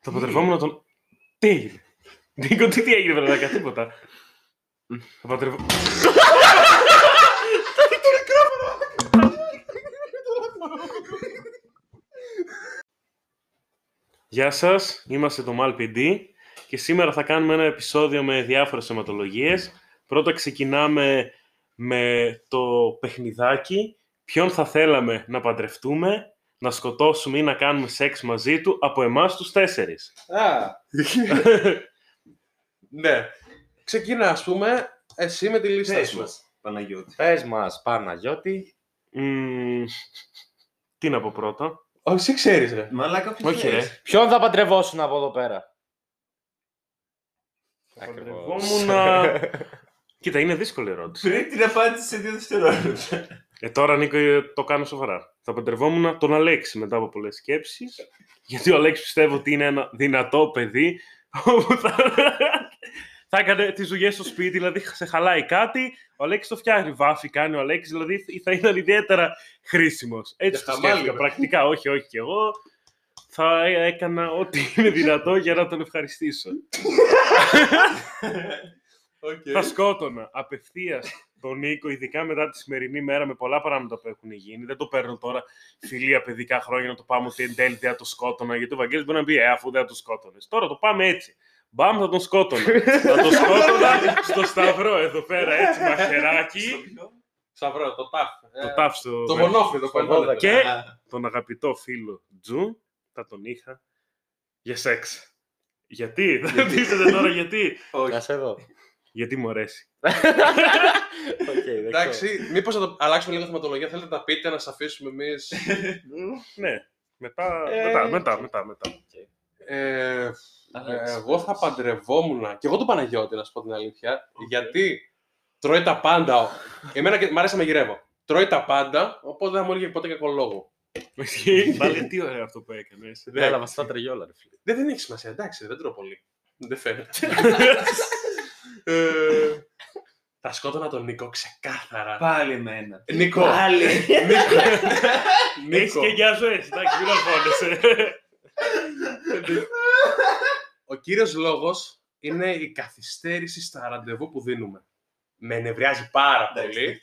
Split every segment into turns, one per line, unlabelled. Το παντρευόμουν τον. Τι έγινε. Νίκο, τι, τι έγινε, Βερνάκα, τίποτα. Το παντρευ... Γεια σας, είμαστε το MalPD και σήμερα θα κάνουμε ένα επεισόδιο με διάφορες αιματολογίες. Πρώτα ξεκινάμε με το παιχνιδάκι ποιον θα θέλαμε να παντρευτούμε, να σκοτώσουμε ή να κάνουμε σεξ μαζί του από εμάς τους τέσσερις.
Α, ναι. Ξεκινά, ας πούμε, εσύ με τη λίστα
Πες
σου.
μας, Παναγιώτη.
Πες μας, Παναγιώτη.
Μμμ, τι να πω πρώτα.
Όχι, εσύ ξέρεις, ρε.
Μαλάκα που
Όχι, ρε.
Ποιον θα παντρευόσουν από εδώ πέρα.
Παντρευόμουν να- Κοίτα, είναι δύσκολη ερώτηση.
Πριν την απάντηση σε δύο δευτερόλεπτα.
Ε, τώρα, Νίκο, ε, το κάνω σοβαρά. Θα παντρευόμουν τον Αλέξη μετά από πολλές σκέψεις, γιατί ο Αλέξης πιστεύω ότι είναι ένα δυνατό παιδί όπου θα, θα έκανε τις δουλειές στο σπίτι, δηλαδή σε χαλάει κάτι, ο Αλέξης το φτιάχνει, βάφει, κάνει ο Αλέξης, δηλαδή θα ήταν ιδιαίτερα χρήσιμος. Έτσι
Για
το
χαμάλι,
σκέφτηκα
ρε.
πρακτικά, όχι, όχι κι εγώ. Θα έκανα ό,τι είναι δυνατό για να τον ευχαριστήσω.
Οκ.
Θα σκότωνα απευθείας τον Νίκο, ειδικά μετά τη σημερινή μέρα με πολλά πράγματα που έχουν γίνει. Δεν το παίρνω τώρα φιλία παιδικά χρόνια να το πάμε ότι εν τέλει δεν θα το σκότωνα. Γιατί ο Βαγγέλης μπορεί να πει Ε, αφού δεν θα το σκότωνες. Τώρα το πάμε έτσι. Μπαμ, θα τον σκότωνα. θα τον σκότωνα στο Σταυρό εδώ πέρα, έτσι, μαχεράκι.
Σαβρό, το τάφ. Ε,
το τάφσο.
Το μονόφρυδο,
στο
παλιότερα.
δώδεκα.
Και
Α.
τον αγαπητό φίλο Τζου θα τον είχα για σεξ. Γιατί, δεν ρωτήσετε τώρα γιατί.
Όχι.
Να σε δω.
Γιατί μου αρέσει.
Οκ, δεκτό.
Εντάξει, μήπως θα το αλλάξουμε λίγο θεματολογία, θέλετε να τα πείτε, να σας αφήσουμε εμείς.
Ναι, μετά,
Ε,
μετά, μετά, μετά, μετά.
Ε,
Αλέξη.
Ε, εγώ θα παντρευόμουν και εγώ τον Παναγιώτη, να σου πω την αλήθεια. Γιατί τρώει τα πάντα. ο- Εμένα και μ' αρέσει να μαγειρεύω. Τρώει τα πάντα, οπότε δεν θα μου έλεγε ποτέ κακό λόγο. Ε,
Ισχύει. Πάλι τι ωραίο αυτό που έκανε.
Δεν έλαβα στα τριγιόλα, ρε φίλε.
Δεν, δεν έχει σημασία, εντάξει, δεν τρώω πολύ. Δεν φαίνεται. ε, θα σκότωνα τον Νίκο ξεκάθαρα.
Πάλι εμένα.
Νίκο,
Πάλι.
Έχει
Νίκο,
και για ζωέ. Εντάξει, μην αγχώνεσαι.
ο κύριος λόγος είναι η καθυστέρηση στα ραντεβού που δίνουμε. Με ενευριάζει πάρα πολύ.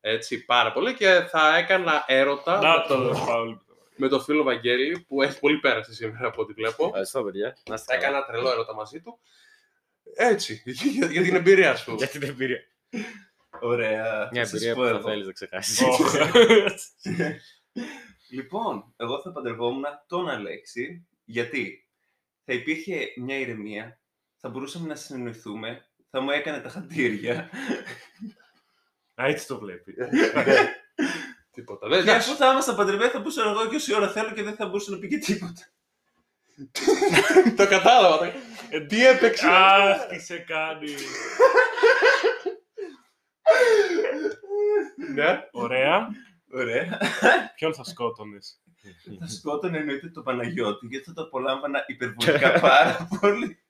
Έτσι, πάρα πολύ και θα έκανα έρωτα.
Να το Παύλο.
με τον φίλο Βαγγέλη που έχει πολύ πέρασε σήμερα από ό,τι βλέπω.
Ευχαριστώ, παιδιά. Να είστε
Θα
καλά.
έκανα τρελό έρωτα μαζί του. Έτσι, για, για την εμπειρία σου.
Για την εμπειρία.
Ωραία.
Μια
Θα σας
εμπειρία
πω
που θα
εγώ.
θέλεις να ξεχάσεις.
Ωχ.
Λοιπόν, εγώ θα παντρευόμουν τον Αλέξη, γιατί θα υπήρχε μια ηρεμία, θα μπορούσαμε να συνεννοηθούμε, θα μου έκανε τα χαντήρια.
Α, έτσι το βλέπει.
Τίποτα. Δεν
Και αφού θα ήμασταν παντρεμένοι, θα μπορούσα εγώ και όση ώρα θέλω και δεν θα μπορούσε να πει και τίποτα.
το κατάλαβα. το-
Ε,
Τι έπαιξε.
Αχ, τι σε κάνει.
ναι.
Ωραία.
Ωραία.
Ποιον θα σκότωνες.
θα σκότωνε εννοείται το Παναγιώτη, γιατί θα το απολάμβανα υπερβολικά πάρα πολύ.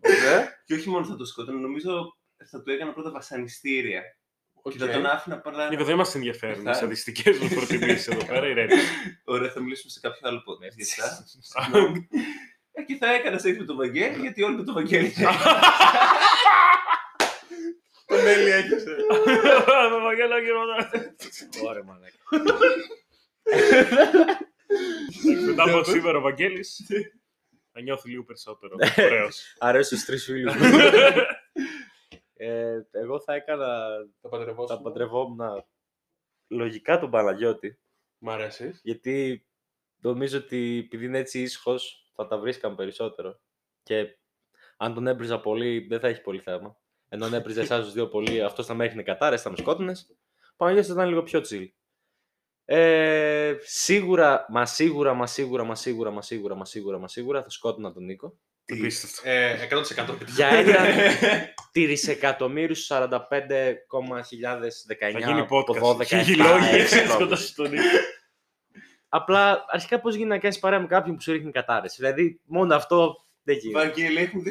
ναι.
Και όχι μόνο θα το σκότωνα, νομίζω θα του έκανα πρώτα βασανιστήρια. Και θα
Οκ.
τον άφηνα παρά.
Νίκο, δεν μας ενδιαφέρουν οι
Θα-
στατιστικέ μου προτιμήσεις εδώ πέρα. Ηρέμη.
Ωραία, θα μιλήσουμε σε κάποιο άλλο podcast για αυτά. Συγγνώμη. Ε, και θα έκανα σεξ με τον Βαγγέλη, γιατί όλοι με τον Βαγγέλη.
Τον Έλλη έκαψε.
Με Βαγγέλα και μετά.
Ωραία, μαλάκα.
Μετά από σήμερα ο Βαγγέλης θα νιώθει λίγο περισσότερο. Ωραίος.
Αρέσει στους τρεις φίλους μου. Ε, Εγώ θα έκανα,
Το παντρευό
θα
σου.
παντρευόμουν λογικά τον Παναγιώτη,
Μ' αρέσει.
γιατί νομίζω ότι επειδή είναι έτσι ήσυχος θα τα βρίσκαν περισσότερο. Και αν τον έπριζα πολύ, δεν θα έχει πολύ θέμα. Ενώ αν έπριζα εσάς τους δύο πολύ, αυτός θα με έχνε κατάρες, θα με σκότωνες. Ο Παναγιώτης θα ήταν λίγο πιο chill. Ε, σίγουρα, μα σίγουρα, μα σίγουρα, μα σίγουρα, μα σίγουρα, μα σίγουρα, μα σίγουρα θα σκότωνα τον Νίκο.
Επίστευτο.
Ε, 100%.
για ένα τρισεκατομμύριου 45,019
Θα γίνει
από
podcast.
12
Χίλιοι
εφτά,
λόγοι
έξι
έτσι
λόγους.
σκοτώσει τον Νίκο.
Απλά αρχικά πώς γίνεται να κάνεις παρέα με κάποιον που σου ρίχνει κατάρρε. Δηλαδή μόνο αυτό δεν γίνεται.
Βαγγέλη, έχουμε 2021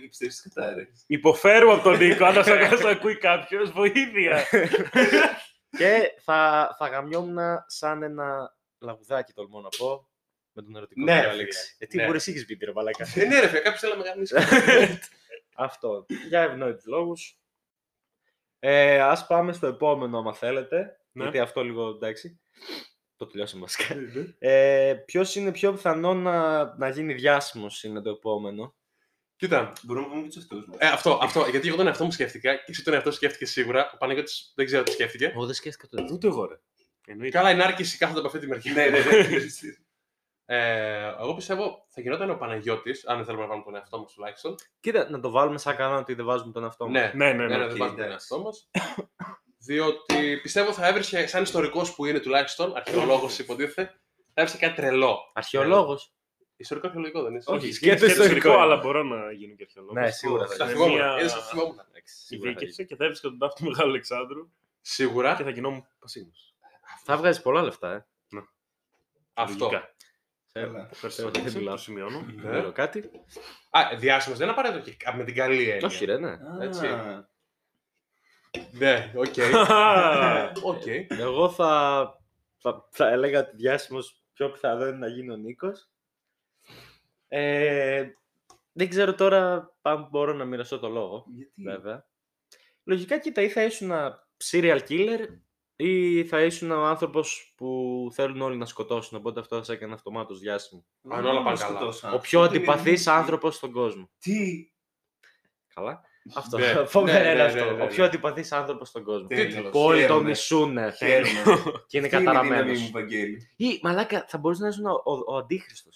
και πιστεύεις κατά ρε.
Υποφέρω από τον Νίκο. Αν σα να ακούει κάποιος, βοήθεια.
και θα, θα γαμιόμουν σαν ένα λαγουδάκι, τολμώ να πω. με τον ερωτικό
Ναι,
ναι,
ρε,
Αλέξη.
φίλε.
Ε, τι
Ναι.
ναι. εσύ έχεις πει, ρε μαλάκα.
Ε, ναι, ρε φίλε, κάποιος θέλει να με κάνει.
Αυτό. Για ευνόητους λόγους. Ε, ας πάμε στο επόμενο, άμα θέλετε.
Ναι.
Γιατί αυτό λίγο εντάξει. Το τελειώσαμε βασικά.
Ναι,
Ε, ποιος είναι πιο πιθανό να, να γίνει διάσημος είναι το επόμενο.
Κοίτα.
Μπορούμε να πούμε και τους αυτούς μα.
Ε, αυτό, αυτό. Γιατί εγώ τον εαυτό μου σκέφτηκα και εσύ τον εαυτό σου σκέφτηκες σίγουρα. Ο Παναγιώτης δεν ξέρω τι σκέφτηκε.
Εγώ δεν σκέφτηκα το
Ούτε εγώ, ρε. Εννοείται.
Ε, Καλά, η Νάρκηση κάθονται από αυτή τη μεριά.
Ναι, ναι, ναι.
Ε, εγώ πιστεύω θα γινόταν ο Παναγιώτης, αν δεν θέλουμε να βάλουμε τον εαυτό μας τουλάχιστον.
Κοίτα, να το βάλουμε σαν κανόνα ότι δεν βάζουμε τον εαυτό μας.
Ναι,
Ναι, ναι, ναι.
ναι, ναι, δεν βάζουμε τον
εντάξει.
εαυτό μας. Διότι πιστεύω θα έβρισκε, σαν ιστορικός που είναι τουλάχιστον, αρχαιολόγος υποτίθεται, θα έβρισκε κάτι τρελό.
Αρχαιολόγος.
Ιστορικό αρχαιολογικό δεν είσαι.
Όχι,
Είναι
σκέτο ιστορικό.
αλλά μπορώ να γίνω και αρχαιολόγος.
Ναι, σίγουρα θα
Στα
γίνει.
είναι
θυμόμουν.
μια-
Είδες, στα θυμόμουν.
Εντάξει,
Η
σίγουρα θα γίνει.
διοίκευσε και θα έβρισκα τον τάφο του Μεγάλου Αλεξάνδρου και
Σίγουρα
θα γινόμουν πασίγνω.
Θα βγάζεις πολλά λεφτά, ε.
αυτό.
Καλά.
Ευχαριστώ.
Δεν
Αλέξη,
μιλάω. Ε?
Το σημειώνω.
Δεν ξέρω κάτι.
Ναι. Α, διάσημος δεν είναι απαραίτητο και με την καλή έννοια.
Όχι, ρε, ναι.
Α,
Έτσι. Ναι, οκ. Οκ.
Εγώ θα, θα, θα έλεγα ότι διάσημος πιο πιθανό είναι να γίνει ο Νίκος. Ε, δεν ξέρω τώρα αν μπορώ να μοιραστώ το λόγο,
Γιατί.
βέβαια. Λογικά, κοίτα, ή θα ήσουν ένα serial killer ή θα ήσουν ο άνθρωπος που θέλουν όλοι να σκοτώσουν, οπότε αυτό θα σε έκανε αυτομάτως διάσημο.
Δεν
Αν όλα
μας
πάνε καλά.
σκοτώσαν.
Ο πιο
Αυτό είναι
αντιπαθής
μύθι.
άνθρωπος στον κόσμο.
Τι.
Καλά. Αυτό.
Ναι,
Φοβερό
ναι,
είναι
ναι,
αυτό.
ναι, ναι,
Ο
ναι.
πιο αντιπαθής άνθρωπος στον κόσμο.
Τέλος.
Τίτλος.
Που όλοι τον
Χαίρομαι.
μισούν
Χαίρομαι.
και είναι
Αυτή η
καταραμένος.
δύναμη μου, Βαγγέλη.
Ή μαλάκα, θα μπορούσε να ήσουν ο, ο, ο αντίχρηστο.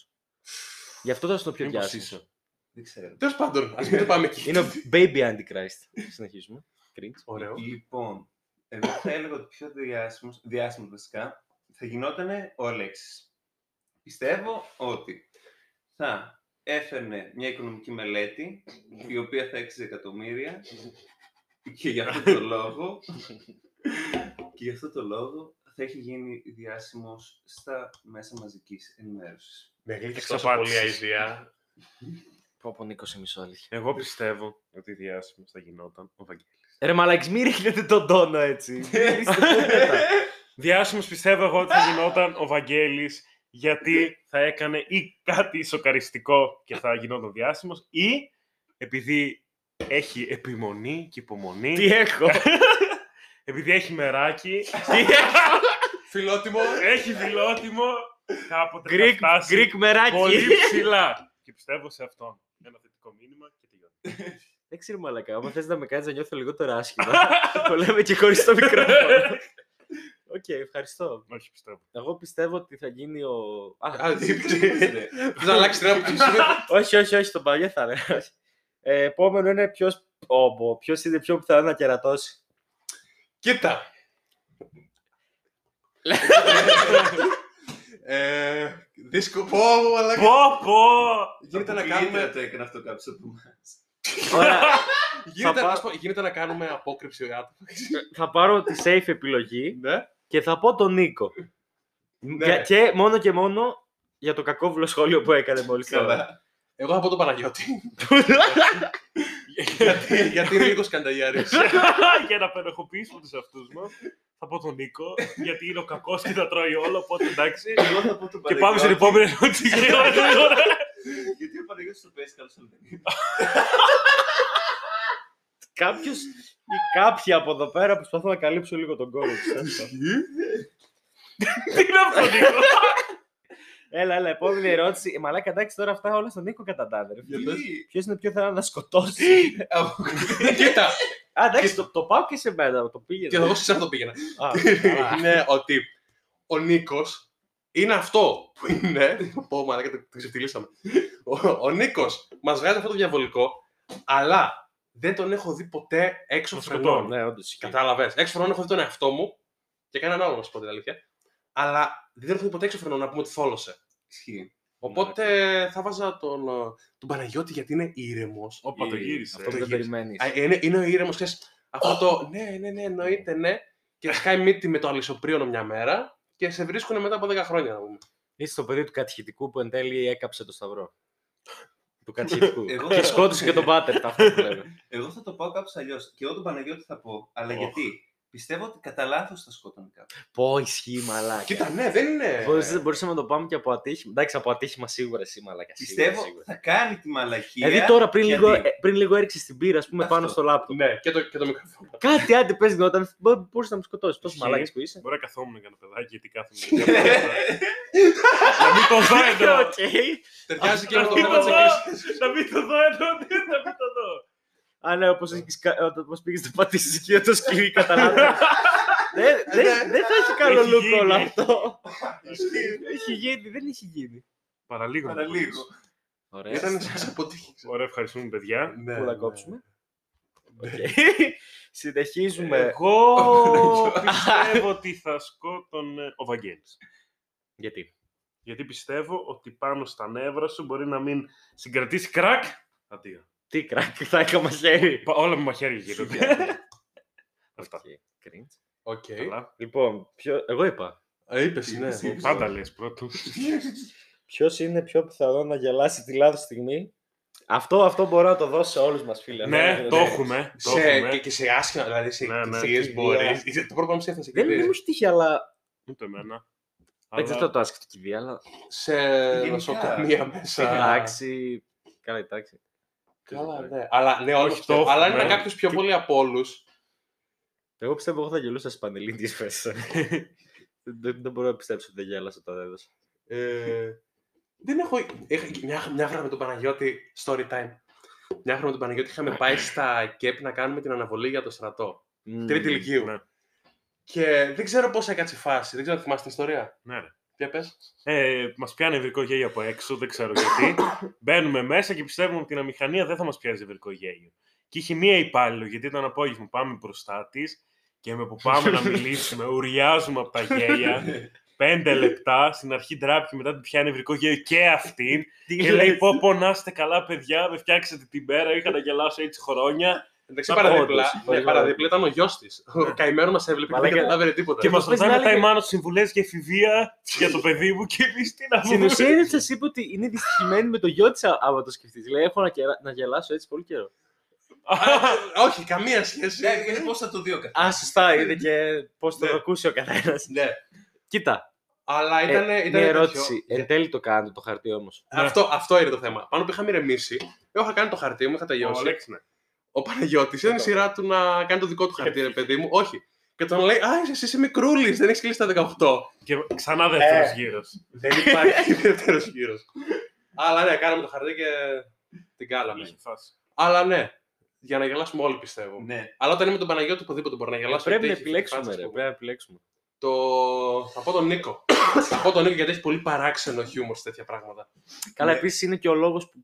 Γι' αυτό ήταν στο πιο
Μήπως
διάσημο.
είσαι.
Δεν ξέρω.
Τέλος πάντων, ας μην το πάμε εκεί.
Είναι ο baby antichrist. Συνεχίζουμε. Cringe.
Ωραίο.
Λοιπόν, εγώ θα έλεγα ότι πιο διάσημος, διάσημος βασικά, θα γινόταν ο Αλέξης. Πιστεύω ότι θα έφερνε μια οικονομική μελέτη, η οποία θα έξιζε εκατομμύρια, και γι' αυτό το λόγο, και γι' αυτό το λόγο θα έχει γίνει διάσημος στα μέσα μαζικής ενημέρωσης.
Με γλύκεις τόσο πολύ
Εξαπάτησες.
αηδία.
Πω πω Νίκος σε μισό αλήθεια.
Εγώ πιστεύω ότι διάσημος θα γινόταν ο Βαγγέλης.
Ρε μαλακς μη ρίχνετε τον τόνο έτσι.
Ναι.
Διάσημος πιστεύω εγώ ότι θα γινόταν ο Βαγγέλης γιατί θα έκανε ή κάτι σοκαριστικό και θα γινόταν διάσημος ή επειδή έχει επιμονή και υπομονή.
Τι έχω.
Επειδή έχει μεράκι,
Φιλότιμο.
έχει δηλότιμο, κάποτε
Greek,
θα φτάσει
Greek μεράκι.
πολύ ψηλά. και πιστεύω σε αυτόν. Ένα θετικό μήνυμα και τελειώνει.
Δεν ξέρω μαλακά. Άμα θες να με κάνεις να νιώθω λιγότερο άσχημα. Το λέμε και χωρίς το μικρόφωνο. Οκ, ευχαριστώ.
Όχι, πιστεύω.
Εγώ πιστεύω ότι θα γίνει ο... Α,
Α, τι είπες. Θες να αλλάξει την άποψη σου.
όχι, όχι, όχι, τον παλιό θα έλεγα. Ε, επόμενο είναι ποιος. Όμπο, ποιος είναι πιο πιθανό να κερατώσει.
Κοίτα. ε, δίσκο. Πω, αλλά...
Πω, πω!
Γίνεται να
Αποκλείεται
κάνουμε,
το έκανε αυτό κάποιος από εμάς.
Ωραία,
γίνεται,
Θα
να σου πω, γίνεται να κάνουμε απόκρυψη άτομα.
θα πάρω τη safe επιλογή
ναι.
και θα πω τον Νίκο.
Ναι,
Για- και μόνο και μόνο για το κακόβουλο σχόλιο που έκανε μόλις τώρα.
Καλά.
Εγώ θα πω τον Παναγιώτη. γιατί, γιατί είναι λίγο σκανταγιάρης.
για να πενεχοποιήσουμε τους αυτούς μας, θα πω τον Νίκο, γιατί είναι ο κακός και τα τρώει όλο, οπότε εντάξει.
Εγώ θα πω τον
και πάμε στην
Παναγιώτη,
επόμενη ερώτηση. γρήγορα, γρήγορα.
Γιατί ο Παναγιώτης το παίζει καλώς όλο τον
Κάποιος ή κάποιοι από εδώ πέρα προσπαθούν να καλύψουν λίγο τον κόλλο τους.
Τι είναι αυτό, Νίκο.
έλα, έλα, επόμενη ερώτηση. Ε, Μαλάκα, εντάξει, τώρα αυτά όλα στον Νίκο καταντάνε.
Τι?
Ποιος είναι πιο πιθανό να σκοτώσει.
Κοίτα,
Α, εντάξει, το, το πάω και σε μένα, το πήγε.
και Ναι, εγώ σε αυτό πήγαινα.
Α,
είναι ότι ο Νίκος είναι αυτό που είναι. Πω, μαλάκα, το το ξεφτυλίσαμε. Ο, ο Νίκος μας βγάζει αυτό το διαβολικό, αλλά δεν τον έχω δει ποτέ έξω
Το
φρενών.
σκοτώνει.
ναι, όντως.
Κατάλαβες. Έξω φρενών έχω δει τον εαυτό μου και κανέναν άλλο να σου πω την αλήθεια. Αλλά δεν έχω δει ποτέ έξω φρενών να πούμε ότι θόλωσε.
Ισχύει.
Ναι,
Οπότε θα βάζα τον, ε, τον Παναγιώτη γιατί είναι ήρεμος.
Όπα, το γύρισε. ε.
Αυτό που δεν
γύρισε.
περιμένεις.
Είναι, είναι ο ήρεμος, ξέρεις. Αυτό το ναι, ναι, ναι, εννοείται, ναι. Και σκάει μύτη με το αλυσοπρίωνο μια μέρα και σε βρίσκουν μετά από 10 χρόνια, να πούμε.
Είσαι το παιδί του κατηχητικού που εν τέλει έκαψε το σταυρό. του κατηχητικού.
Εγώ-
και σκότωσε και τον πάτερ, τα αυτό που λέμε.
Εγώ θα το πάω κάπως αλλιώς. Και εγώ τον Παναγιώτη θα πω. Αλλά
Ωχ.
γιατί. Πιστεύω ότι κατά λάθος θα σκότωνε κάποιον.
Πω, ισχύει μαλάκα.
Κοίτα, ναι, δεν είναι.
Μπορούσε- μπορούσαμε να το πάμε και από ατύχημα. Εντάξει, από ατύχημα σίγουρα εσύ μαλάκα. σίγουρα,
Πιστεύω
σίγουρα.
θα κάνει τη μαλακία.
Δηλαδή τώρα πριν
γιατί-
λίγο, ε, πριν λίγο έριξες την πύρα, ας πούμε,
Αυτό.
πάνω στο λάπτοπ.
Ναι, και το, και το μικρόφωνο.
Κάτι άντε πες γινόταν, μπο- μπορούσες να με σκοτώσει. Τόσο
Ισχύει.
μαλάκι που είσαι.
Μπορεί να καθόμουν για ένα παιδάκι, γιατί κάθομαι. για μια ώρα. Να μην το δω έντονα.
Οκ.
Ταιριάζει και με το
Αυτό
θέμα της
εδώ.
εκκλησίας.
Να μην το δω έντονα. Να μην το δω.
Α, ναι, όπως, έχεις κα- όταν- όπως πήγες να πατήσεις εκεί το σκυλί καταλάβα. Δεν δεν- δεν θα έχει καλό
Έχει
look όλο
γίνει.
αυτό. Έχει γίνει, δεν έχει γίνει.
Παραλίγο.
Παραλίγο.
Ωραία.
Ήταν σαν αποτύχη.
Ωραία, ευχαριστούμε, παιδιά.
Ναι,
Ναι. Πού να
ναι.
κόψουμε. Οκ. Συνεχίζουμε.
Εγώ
Ω,
πιστεύω ότι θα σκότωνε ο Βαγγέλης.
Γιατί.
Γιατί πιστεύω ότι πάνω στα νεύρα σου μπορεί να μην συγκρατήσει κρακ. Αντίο.
Τι κράκ, θα έκανα χέρι.
Πα- Όλα με μαχαίρια γίνονται. Αυτά.
Οκ, cringe.
Οκ.
Καλά.
Λοιπόν, ποιο... εγώ είπα.
Είπε,
Είπες,
ναι.
είπες.
Πάντα λες πρώτος.
Ποιος είναι πιο πιθανό να γελάσει τη λάθος στιγμή. Αυτό, αυτό μπορώ να το δώσω σε όλους μας, φίλε.
Ναι,
Δεν-
το
δεν-
έχουμε. Το
Σε, και,
έχουμε.
και σε άσχημα, δηλαδή σε
Ναι, ναι.
εκκλησίες
Σε
μπορεί.
κηδεία.
Το πρώτο μου έφτασε
Δεν δεν μου έχει τύχει, αλλά.
Ούτε εμένα.
Δεν ξέρω
Αλλά
το άσκητο κηδεία, αλλά.
Σε
Γενικά.
νοσοκομεία μέσα.
Εντάξει. Καλά, εντάξει.
Καλά, ναι. Αλλά, ναι, όντως,
Όχι, το
πιστεύω. Αλλά
έχουμε.
είναι κάποιος πιο
Και-
πολύ από όλους.
Εγώ πιστεύω εγώ θα γελούσα στις πανελίνε μέσα. δεν, δεν μπορώ να πιστέψω ότι δεν γέλασα όταν έδωσα.
Ε, δεν έχω. έχ- Μια, μια φορά με τον Παναγιώτη, story time. Μια φορά με τον Παναγιώτη είχαμε πάει στα ΚΕΠ να κάνουμε την αναβολή για το στρατό. Τρίτη ηλικίου.
ναι.
Και δεν ξέρω πώς έκατσε η φάση. Δεν ξέρω αν θυμάσαι την ιστορία.
Ναι, ρε.
Ποια πες.
Ε, μας πιάνει ευρικό γέλιο από έξω, δεν ξέρω γιατί. Μπαίνουμε μέσα και πιστεύουμε ότι η αμηχανία δεν θα μας πιάσει ευρικό γέλιο. Και είχε μία υπάλληλο, γιατί ήταν απόγευμα. Πάμε μπροστά της και με που πάμε να μιλήσουμε, ουριάζουμε από τα γέλια. Πέντε λεπτά, στην αρχή ντράπηκε, μετά την πιάνει ευρικό γέλιο και αυτήν.
Ε,
και λέει: Πω, πω, να είστε καλά, παιδιά, με φτιάξατε την πέρα. Είχα να γελάσω έτσι χρόνια.
Εντάξει,
Όντως,
παραδίπλα, ναι,
όντως.
παραδίπλα ήταν ο γιος της. Ο καημένο μας έβλεπε και δεν
Μαλάκα.
καταλάβαινε τίποτα.
και μας
προσπαθείς
δώσανε
να
τα
λέγε-
ημάνω συμβουλέ για εφηβεία για το παιδί μου και εμείς τι να
Στην
πούμε.
ουσία είναι σα είπε ότι είναι δυστυχημένη με το γιο της, άμα το σκεφτείς. Λέει: Έχω να, κερα- να γελάσω έτσι πολύ καιρό.
Α, Όχι, καμία σχέση.
Ναι, είναι πώς θα το δει ο καθένας.
Α, σωστά, είναι και πώς το
Ναι.
ακούσει ο καθένας.
Ναι.
Κοίτα,
Αλλά
ε,
ήταν.
μια ερώτηση. Ε, Εν τέλει το κάνετε το χαρτί όμως.
Ναι.
Αυτό, αυτό είναι το θέμα. Πάνω που είχαμε ηρεμήσει, εγώ είχα κάνει το χαρτί μου, είχα
Ο
τελειώσει.
Αλέξης, ναι.
Ο Παναγιώτης ήταν η σειρά του να κάνει το δικό του χαρτί, ρε παιδί μου. Όχι. Και τον λέει, Α, εσύ είσαι μικρούλης, δεν έχεις κλείσει τα 18.
Και ξανά δεύτερος
Ε.
γύρος.
Δεν υπάρχει δεύτερος γύρος. Αλλά ναι, κάναμε το χαρτί και την κάλαμε. Αλλά ναι, για να γελάσουμε όλοι πιστεύω.
Ναι.
Αλλά όταν είμαι τον Παναγιώτη, οπουδήποτε μπορεί Ε, να γελάσω.
Ε, πρέπει να
γιατί έχει
επιλέξουμε,
φάτσες
ρε.
που-
Πρέπει να επιλέξουμε.
Το... Θα πω τον Νίκο. θα πω τον Νίκο γιατί έχει πολύ παράξενο χιούμορ σε τέτοια πράγματα.
Καλά,
Ναι.
επίσης είναι και ο λόγος που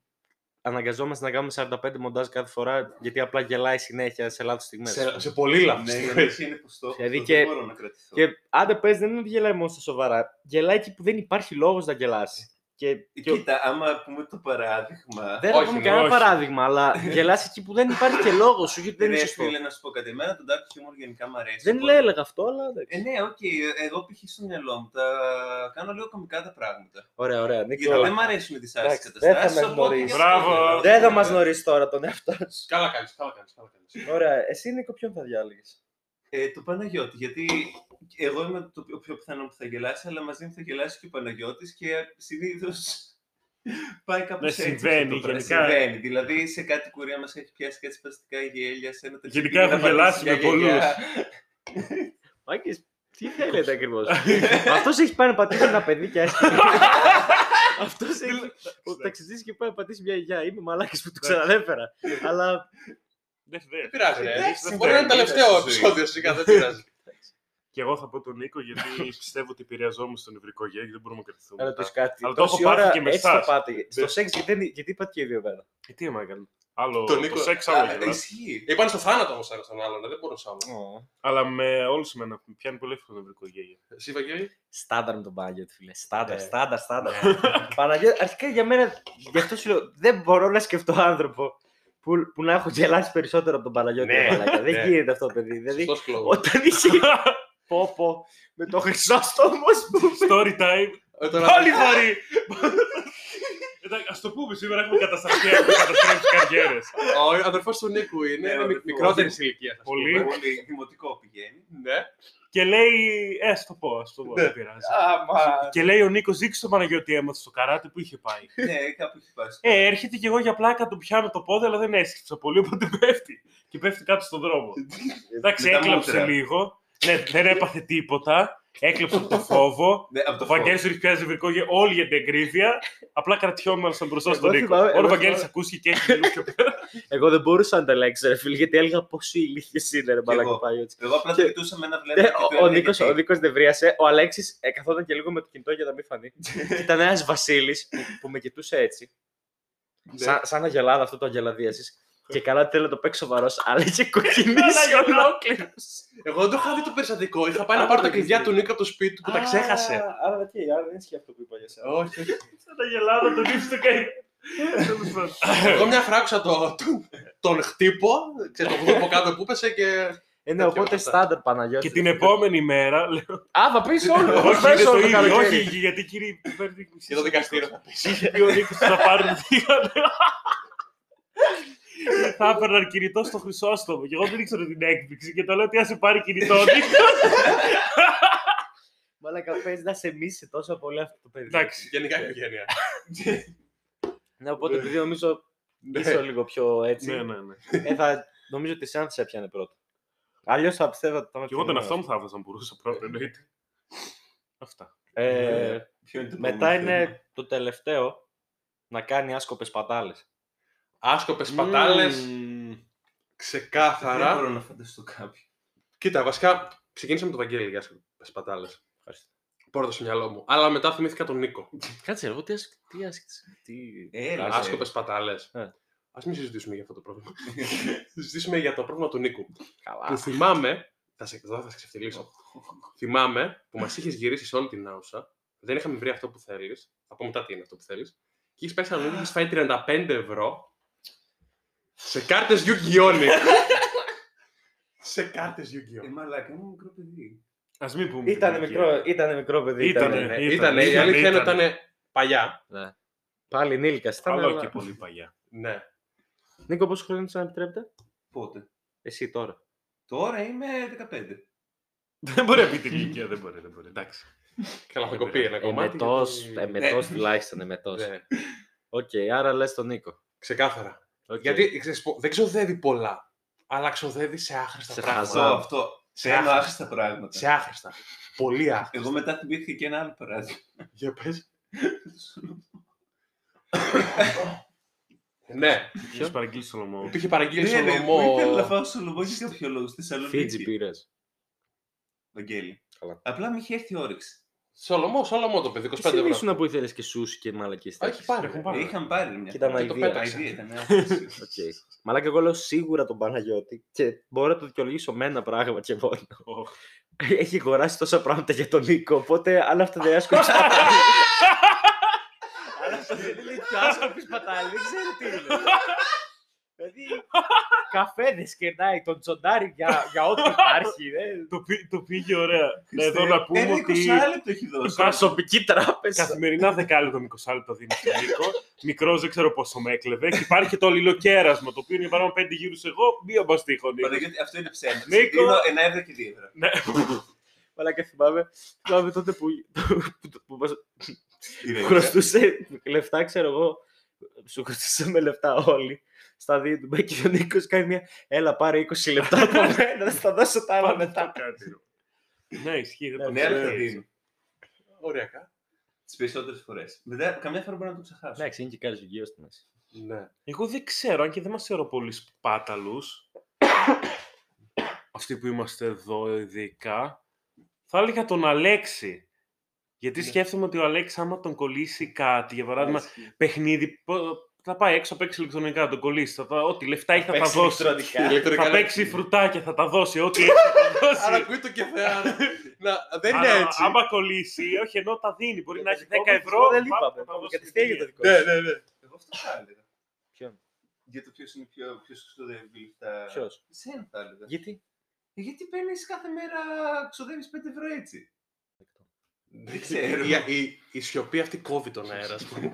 αναγκαζόμαστε να κάνουμε 45 μοντάζ κάθε φορά γιατί απλά γελάει συνέχεια σε λάθος στιγμές.
Σε, σε πολύ λάθος.
Ναι, η αλήθεια είναι πως το-
Δηλαδή
το
και-
δεν μπορώ να κρατηθώ.
Και άντε πες, δεν είναι ότι γελάει μόνο στα σοβαρά. Γελάει εκεί που δεν υπάρχει λόγος να γελάσει. Και, και ο-
Ε, Κοίτα, άμα πούμε το παράδειγμα.
δεν
όχι,
έχουμε
ναι,
κανένα
όχι.
παράδειγμα, αλλά γελάσει εκεί που δεν υπάρχει και λόγος σου, γιατί δεν
Δεν
είναι
ρε,
σωστό.
Ναι, φίλε, ναι. να σου πω κάτι. Εμένα το dark humor γενικά μου αρέσει.
Δεν
πολύ.
λέει, έλεγα αυτό, αλλά.
Ε,
εντάξει.
ναι, οκ, εγώ π.χ. στο μυαλό μου τα κάνω λίγο κομικά τα πράγματα.
Ωραία, ωραία. Νίκο.
Γιατί δεν μ' αρέσουν οι δυσάρεστες
Ε, Εντάξει, δεν θα
καταστάσεις.
με γνωρίσεις.
Μπράβο.
Δεν θα μας γνωρίσει τώρα τον εαυτό σου.
Καλά κάνεις, καλά κάνεις. Καλά κάνεις.
Ωραία, εσύ Νίκο, ποιον θα διάλεγες.
Ε, το Παναγιώτη, γιατί εγώ είμαι το πιο- πιο πιθανό που θα γελάσει, αλλά μαζί μου θα γελάσει και ο Παναγιώτης και συνήθως πάει κάπως
Ναι,
έτσι.
συμβαίνει,
αυτό το πράγμα.
γενικά.
Συμβαίνει. Δηλαδή σε κάτι κουρία μας έχει πιάσει κάτι σπαστικά γέλια, σε ένα ταξίδι.
Γενικά έχω
να πατήσεις
γελάσει
για
με πολλούς.
γέλια.
Μάγκε, τι θέλετε ακριβώς. Αυτός έχει πάει να πατήσει ένα παιδί και άσχημα. Αυτός έχει. Ο ταξιτζή και πάει να πατήσει μια γιαγιά. Είμαι μαλάκι που το ξανανέφερα. Αλλά.
Δεν
Δεν πειράζει. ρε.
Εντάξει,
Μπορεί να είναι
δεν
τελευταίο
πειράζει.
επεισόδιο, σιγά δεν πειράζει.
Και εγώ θα πω τον Νίκο γιατί πιστεύω ότι επηρεαζόμαστε στον νευρικό γέο και δεν μπορούμε να κρατηθούμε.
Να
μετά.
τους κάτι.
Αλλά το έχω
Τόση
πάθει
ώρα
και με
έτσι
εσάς.
το πάτε. Στο σεξ γιατί, δεν- γιατί πάτε και οι δύο πέρα.
Ε, τι άμα έκανε. Άλλο
Τον
το
Νίκο-
σεξ, άλλο
Α,
γελάς.
Ισχύει.
Είπαν Ε, στο θάνατο όμως ένα τον άλλον, δεν μπορούσα άλλο.
Αλλά με όλους εμένα που πιάνει πολύ εύκολο το νευρικό γέο.
Εσύ, Βαγγέλη.
Στάνταρ με τον Παναγιώτη, φίλε. Στάνταρ,
Ε.
Ναι.
στάνταρ, στάνταρ. Παναγιώτη, αρχικά για μένα, γι' αυτό σου λέω, δεν μπορώ να σκεφτώ άνθρωπο που, που να έχω γελάσει περισσότερο από τον Παναγιώτη.
Ναι,
ρε μαλάκα.
ναι.
δεν γίνεται αυτό, παιδί. Δηλαδή,
Σωστό κλόγο.
όταν είχε. Πόπο, με το χρυσό στόμο που.
Story time.
Ε, τώρα-
Πολύ βαρύ. Εντάξει, ας το πούμε, σήμερα έχουμε καταστραφεί, έχουμε καταστρέψει καριέρε.
Ο αδερφός του Νίκου είναι,
Ναι, ο
είναι
αδερφός.
μικρότερη ηλικία.
Πολύ.
Πολύ δημοτικό πηγαίνει.
Ναι.
Και λέει, ε, ας το πω, ας το πω, δεν πειράζει.
Άμα.
Και λέει ο Νίκος, δείξε το Παναγιώτη έμαθα στο καράτε που είχε πάει.
Ναι, κάπου έχει πάει.
Ε, έρχεται και εγώ για πλάκα, του πιάνω το πόδι, αλλά δεν έσχυψα πολύ, οπότε πέφτει. Και πέφτει κάτω στον δρόμο. Εντάξει,
Με τα
έκλαψε
μούτρα.
λίγο. Ναι, δεν έπαθε τίποτα. Έκλεψε από το φόβο.
Ναι, από το
Ο
φως.
Βαγγέλης του πιάζει βρικό για όλη για την εγκρίβεια. Απλά κρατιόμασταν μπροστά
Εγώ
στον Νίκο.
θυμάμαι-
Όταν
εγώ
ο Βαγγέλης
θυμάμαι-
ακούστηκε και έχει λίγο πιο πέρα.
Εγώ δεν μπορούσα να τα λέξω, ρε φίλε, γιατί έλεγα πόσο ηλίθιε είναι, ρε
εγώ.
Μαλάκα Παναγιώτη.
Εγώ απλά
Και-
το κοιτούσα με ένα βλέμμα.
Ε,
και
ο-
το
ο
έλεγα
Νίκος-
γιατί.
Ο Νίκος δεν βρίασε. Ο Αλέξης καθόταν και λίγο με το κινητό για να μην φανεί. Και ήταν ένας Βασίλης που με κοιτούσε έτσι. Σαν, σαν αγελάδα αυτό το αγελαδίασης. Και καλά θέλω να το παίξω σοβαρός, αλλά είχε κοκκινήσει
Σαν αγελάδα.
ολόκληρο.
Εγώ δεν είχα δει το περιστατικό. Είχα πάει να πάρω τα κλειδιά του Νίκου από το σπίτι του που τα ξέχασε.
Άρα τι, άρα δεν ισχύει αυτό που είπα για σένα.
Όχι, όχι.
Σαν τα γελάδα, τον ύψη του κάνει. Τέλος πάντων.
Εγώ μια φράξα το, τον, τον χτύπω, ξέρεις, το βουδό από κάτω που πέσε και...
Ε, ναι,
τέτοια
οπότε
αυτά.
στάνταρ Παναγιώτης.
Και την επόμενη μέρα λέω:
Α, θα πεις όλο.
Όχι,
θα πεις
είναι το
όλο το
ίδιο.
καλοκαίρι.
Όχι, γιατί κύριε. παίρνει μισή
Για το δικαστήριο θα πεις.
Είχε πει ο Νίκος θα πάρουν δύο. Θα έπαιρναν κινητό στο Χρυσόστομο και εγώ δεν ήξερα την έκπληξη και το λέω ότι άσε πάρει κινητό. ο Νίκος».
Μαλάκα, παίζει να σε μίσει τόσο πολύ αυτό το παιδί.
Εντάξει.
Γενικά η οικογένεια.
Ναι, οπότε επειδή νομίζω
Ναι.
είσαι λίγο πιο έτσι.
ναι, ναι.
ε, θα, νομίζω ότι σαν θα σε έπιανε πρώτα. Αλλιώς θα πιστεύω ότι θα με
Και εγώ τον
πιανούσε.
αυτό μου θα έβαζα αν μπορούσα πρώτα, εννοείται. Αυτά.
Ε,
Ναι.
Ποιο είναι το
μετά
επόμενο θέμα?
είναι το τελευταίο να κάνει άσκοπες πατάλες.
Άσκοπες πατάλες,
Μμμ.
Δεν μπορώ
ξεκάθαρα.
να φανταστώ κάποιον.
Κοίτα, βασικά ξεκίνησα με τον Βαγγέλη για άσκοπες πατάλες.
Ευχαριστώ.
Πρώτο στο μυαλό μου. Αλλά μετά θυμήθηκα τον Νίκο.
Κάτσε, εγώ τι άσκησε. Τι άσκησε. Τι... ε,
Έλα,
άσκοπες.
Άσκοπες πατάλες.
Ε.
Ας μην συζητήσουμε για αυτό το πρόβλημα. συζητήσουμε για το πρόβλημα του Νίκου. που
Καλά.
θυμάμαι. Θα σε, εδώ θα σε ξεφτυλίσω. θυμάμαι που μας είχες γυρίσει σε όλη την Άουσα. Δεν είχαμε βρει αυτό που θέλεις. Θα πω μετά τι είναι αυτό που θέλεις. Και είχες πάει σαν ότι είχε φάει 35 ευρώ σε κάρτες Yu-Gi-Oh! Νίκο. σε κάρτες
Ε,
Yu-Gi-Oh!
μαλάκα, είναι μικρό παιδί.
Ας μην πούμε.
Ήτανε
την
μικρό, ήτανε μικρό παιδί.
Ήτανε,
ναι.
ήτανε.
Ε, Ήτανε, η αλήθεια είναι ότι
ήτανε.
ήταν παλιά.
Ναι. Πάλι ενήλικα ήταν.
Καλό
Αλλά...
και πολύ παλιά.
Ναι.
Νίκο, πόσο χρόνο να επιτρέπετε.
Πότε.
Εσύ τώρα.
Τώρα είμαι 15.
Δεν μπορεί να πει την ηλικία, δεν μπορεί, δεν μπορεί. Εντάξει.
Καλά, θα κοπεί
Ε,
ένα κομμάτι.
Εμετός,
γιατί-
εμετός ε, τουλάχιστον, εμετός.
Ναι,
Οκ, άρα λες τον Νίκο.
Ξεκάθαρα.
Οκ.
Γιατί ξέρεις, πο- δεν ξοδεύει πολλά, αλλά ξοδεύει σε
Σε
άχρηστα
Αυτό,
χαζά.
πράγματα.
αυτό. Σε
Σε
ένα
άχρηστα.
άχρηστα πράγματα.
Σε άχρηστα. Πολύ άχρηστα.
Εγώ μετά θυμήθηκα και ένα άλλο παράδειγμα.
Για πες. ναι,
Έχει παραγγείλει στο λαιμό.
υπήρχε παραγγείλει στο
Ναι, ναι,
λαιμό.
που Ήθελα να φάω στο λομό για κάποιο λόγο στη
Φίτζι
Θεσσαλονίκη.
πήρες.
Βαγγέλη.
Καλά.
Απλά μου είχε έρθει η όρεξη.
Σολομό, σολομό το παιδί, 25
Εσύ δεν
ευρώ.
ήσουν που ήθελες και σούσι και μαλακίες
Όχι,
τέτοιες.
πάρε.
Έχουν
ρε.
πάρει.
Ε, Είχαν πάρει μια.
Κοίταν
Και το
αηδία.
πέταξα.
Αηδία ήταν. ε,
Οκ. Μαλάκα, εγώ λέω σίγουρα τον Παναγιώτη και μπορώ να το δικαιολογήσω με ένα πράγμα και μόνο.
Οχ.
Έχει αγοράσει τόσα πράγματα για τον Νίκο, οπότε αν αυτά δεν άσκοπη Αλλά αυτό δεν είναι και άσκοπη πατάλη, δεν ξέρω τι είναι. Δηλαδή, καφέδε κερνάει, τον τσοντάρι για, για ό,τι υπάρχει. δεν-
Το πή- Το πήγε ωραία. Ναι, Εδώ
Χριστέ,
να πούμε
Ένα
ότι
20 λεπτό έχει δώσει.
Προσωπική τράπεζα.
Καθημερινά δεκάλεπτο, μικροσάλεπτο δίνει στον Νίκο. Μικρός δεν ξέρω πόσο με έκλεβε. Και υπάρχει και το αλληλοκέρασμα, το οποίο είναι πάνω πέντε γύρους εγώ, μία μπαστίχο Νίκο.
Παναγιώτη, αυτό είναι ψέμα.
Νίκο.
Δίνω ένα ευρώ και δύο ευρώ.
Ναι.
Μαλάκα, θυμάμαι, θυμάμαι τότε που, που- που μας
Ηρεμία.
χρωστούσε λεφτά, ξέρω εγώ. Σου χρωστούσαμε λεφτά όλοι. Στα δύο του μπέκι ο Νίκος κάνει μια. Έλα, πάρε 20 λεπτά από μένα, θα στα δώσω τα άλλα
Πάμε
μετά.
μετά κάτι. ρε. Ναι, ισχύει. δεν το
Ναι, αλλά θα
ξέρεις.
δίνω.
Ωριακά.
Τις περισσότερες φορές. Μετά, καμιά φορά μπορώ να το ξεχάσω.
Εντάξει, είναι και κάτι γύρω στην μέση.
Ναι.
Εγώ δεν ξέρω, αν και δεν μας θεωρώ πολύ σπάταλους. Αυτοί που είμαστε εδώ ειδικά. Θα έλεγα τον Αλέξη. Γιατί
Ναι.
σκέφτομαι ότι ο Αλέξης, άμα τον κολλήσει κάτι, για παράδειγμα,
Ισχύει.
παιχνίδι. πο- Θα πάει έξω, θα παίξει ηλεκτρονικά, τον κολλήσει. θα τα- Ό,τι λεφτά έχει θα τα
Παίξει
δώσει.
ηλεκτρονικά.
Θα παίξει φρουτάκια, θα τα δώσει. Ό,τι έχει θα τα
Άρα
δώσει.
ακούει το και θεά. Να, δεν
Αλλά
είναι έτσι.
Άμα κολλήσει, όχι ενώ τα δίνει. Μπορεί
Για
να
το
έχει 10
δικό μας
ευρώ.
Δεν
θα- θα
λείπαμε.
τα δώσει
Κατευθείαν για το
στην
δικό
Ναι,
μας.
ναι, ναι.
Εγώ αυτό θα έλεγα.
Ποιον,
Για το ποιος είναι πιο ποιος ξοδεύει τα.
ποιος.
Σένα θα έλεγα.
Γιατί.
Ε, Γιατί παίρνεις κάθε μέρα, ξοδεύεις 5 ευρώ έτσι. Δεν
Η-
ξέρω.
Η, η σιωπή αυτή κόβει τον αέρα. ας πούμε.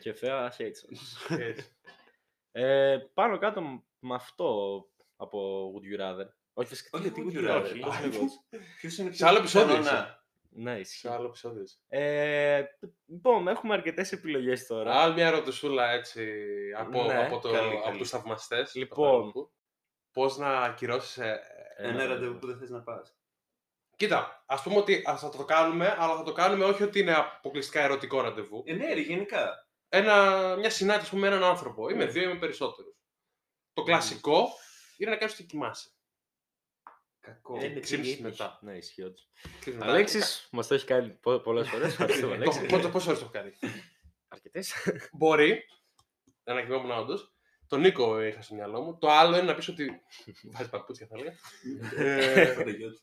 Και φαία Χέιτσον.
Έτσι.
Ε, πάνω κάτω με αυτό από Would You Rather. Όχι, φυσικά.
Όχι,
τι
Would
Would
You
You Rather.
Rather.
πώς
Α,
είναι εγώ.
Ποιος είναι
Σε άλλο επεισόδιο
κανόνα?
Ναι,
Σε
ισχύει.
άλλο επεισόδιο. έτσι.
Ε, λοιπόν, έχουμε αρκετές επιλογές τώρα.
Άλλη μια ερωτησούλα έτσι από,
Ναι.
από, το,
Καλή,
από
καλή.
τους θαυμαστές.
Λοιπόν.
Πώς να ακυρώσεις... ε,
ναι,
Ένα ναι, ραντεβού που δεν θες να πας.
Κοίτα, ας πούμε ότι ας θα το κάνουμε, αλλά θα το κάνουμε όχι ότι είναι αποκλειστικά ερωτικό ραντεβού.
Ε, ναι, ρε, γενικά.
Ένα, μια συνάντηση ας πούμε, με έναν άνθρωπο.
Ε.
Είμαι δύο, είμαι περισσότερους. Το κλασικό είναι να κάνεις ότι κοιμάσαι.
Ε,
Κακό.
Ε, ναι. ξύπνησες μετά.
Ναι, ισχύει όντως. Ε,
Ξέρεις,
Αλέξης, μας το έχει κάνει πολλές φορές. Ευχαριστούμε,
μετά- Το-
Αλέξη.
Πόσο πόσες ώρες το έχω κάνει.
Αρκετές.
Μπορεί. Δεν ανακοινόμουν όντω. Τον Νίκο είχα στο μυαλό μου. Το άλλο είναι να πεις ότι. Βάζει παπούτσια, θα έλεγα. Ε,
Παναγιώτη.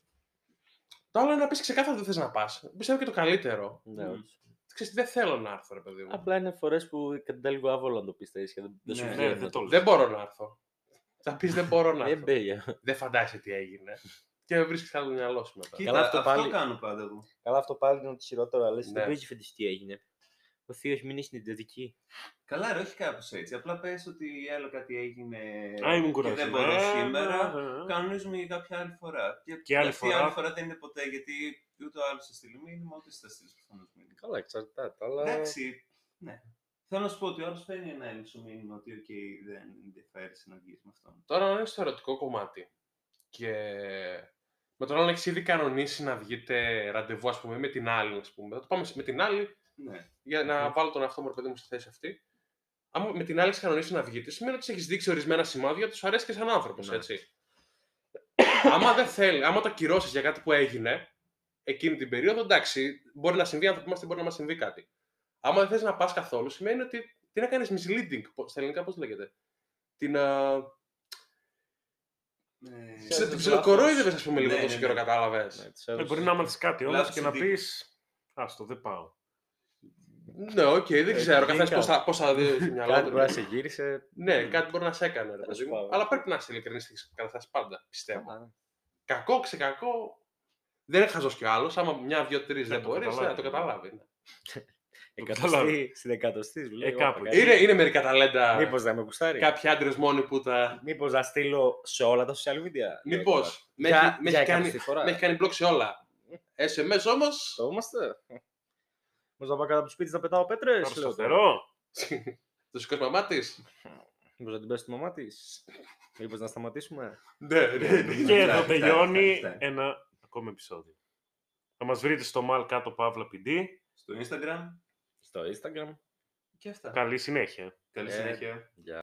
το άλλο είναι να πεις ξεκάθαρα ότι δεν θες να πας. Πιστεύω και το καλύτερο.
Ναι, όντως.
Ξέρεις, δεν θέλω να έρθω, ρε παιδί μου.
Απλά είναι φορές που κατά τα λίγο άβολα να το πιστεύει και δεν δεν σου
Ναι,
Ναι,
βγαίνει.
δεν το
Δεν Ναι,
λέω.
μπορώ να έρθω. Θα πεις δεν μπορώ να
Ε,
έρθω.
μπέγια.
δεν φαντάζεσαι τι έγινε. Και με βρίσκεις άλλο μυαλό σου μετά.
Κοίτα,
Καλά, αυτό
αυτό,
πάλι.
κάνω πάντα εγώ.
Καλά, αυτό πάλι είναι το χειρότερο. Αλλά
Ναι.
δεν παίζει φετιστή τι έγινε. Ο Θείο μην είναι στην ιδιωτική.
Καλά, ρε, όχι κάπως έτσι. Απλά πες ότι άλλο κάτι έγινε.
Α, ναι, ήμουν
και
κουρασμένο.
δεν μπορώ σήμερα.
ε,
Κανονίζουμε για κάποια άλλη φορά. Και,
Και άλλη
αυτή η
φορά.
άλλη φορά δεν είναι ποτέ γιατί ούτε ο άλλο θα στείλει μήνυμα, ούτε εσύ θα στείλει προφανώ μήνυμα.
Καλά, εξαρτάται. Αλλά...
Εντάξει, ναι. Θέλω να σου πω ότι ο άλλος φέρνει ένα έμεσο μήνυμα ότι οκ, δεν ενδιαφέρεσαι να βγει με αυτόν.
Τώρα είναι στο ερωτικό κομμάτι. Και με τον άλλον έχεις ήδη κανονίσει να βγείτε ραντεβού, ας πούμε, ή με την άλλη, ας πούμε. Θα το πάμε με την άλλη
Ναι.
για να βάλω τον εαυτό μου, ρε παιδί μου, στη θέση αυτή. Αν με την άλλη έχεις κανονίσει να βγείτε, σημαίνει ότι έχεις δείξει ορισμένα σημάδια, τους αρέσει και σαν άνθρωπος,
Ναι.
έτσι. άμα δεν θέλει, άμα το ακυρώσεις για κάτι που έγινε εκείνη την περίοδο, εντάξει, μπορεί να συμβεί, άνθρωποι είμαστε, μπορεί να μας συμβεί κάτι. Άμα δεν θες να πας καθόλου, σημαίνει ότι τι να κάνεις misleading, πώς- στα ελληνικά πώς λέγεται. Την. α,
Ε,
Σε-
ψε-
λάθος.
Την ψιλοκορόιδευες, ας πούμε, λίγο
Ναι,
τόσο
ναι,
καιρό,
ναι.
κατάλαβε.
Ναι, τους
Ε,
έδωσε.
Μπορεί να μάθεις κάτι όμω
Λάθος
και να πει.
συνδίκη.
Άστο, δεν πάω.
Ναι, οκ, δεν ξέρω.
δεν
Καθένας πώ θα,
κάνω.
πώς θα δει στο μυαλό
Ε, Κάτι
του.
μπορεί να σε γύρισε.
Ναι,
Μμμ.
κάτι μπορεί να σε έκανε, ρε
Τέλος
παιδί μου.
πάντων.
Αλλά πρέπει να είσαι ειλικρινής στι καταστάσει πάντα, πιστεύω.
Α,
Κακό, ξεκακό. Δεν είναι χαζός κι άλλος. Άμα μια, δύο, τρεις δεν
το
μπορείς, να
καταλάβει,
το
ναι.
καταλάβει.
Εκατοστή, στην εκατοστή σου λέει.
Ε, κάπου εκεί.
Είναι, είναι μερικά ταλέντα.
Μήπως να με κουστάρει.
Κάποιοι άντρες μόνοι που τα.
Μήπως να στείλω σε όλα τα social media.
Μήπως. Με
Ναι, Για-
έχει- με
για
έχει κάνει-
εκατοστή φορά.
με έχει κάνει μπλοκ σε όλα. SMS όμως.
Το είμαστε. Πώ να πάω κάτω από το σπίτι να πετάω πέτρες.
Πάρω στο θερό.
Το σηκώσει μαμά τη.
Μήπως να την πέσει τη μαμά της. Μήπως να σταματήσουμε.
Ναι, ναι, ναι.
Και εδώ
Αυτά, αυτά,
τελειώνει
αυτά, αυτά.
ένα ακόμα επεισόδιο. Θα μας βρείτε στο μαλ κάτω παύλα PD.
Στο Instagram
Στο Instagram.
και αυτά.
Καλή συνέχεια.
Καλή
Ε,
συνέχεια.
Γεια.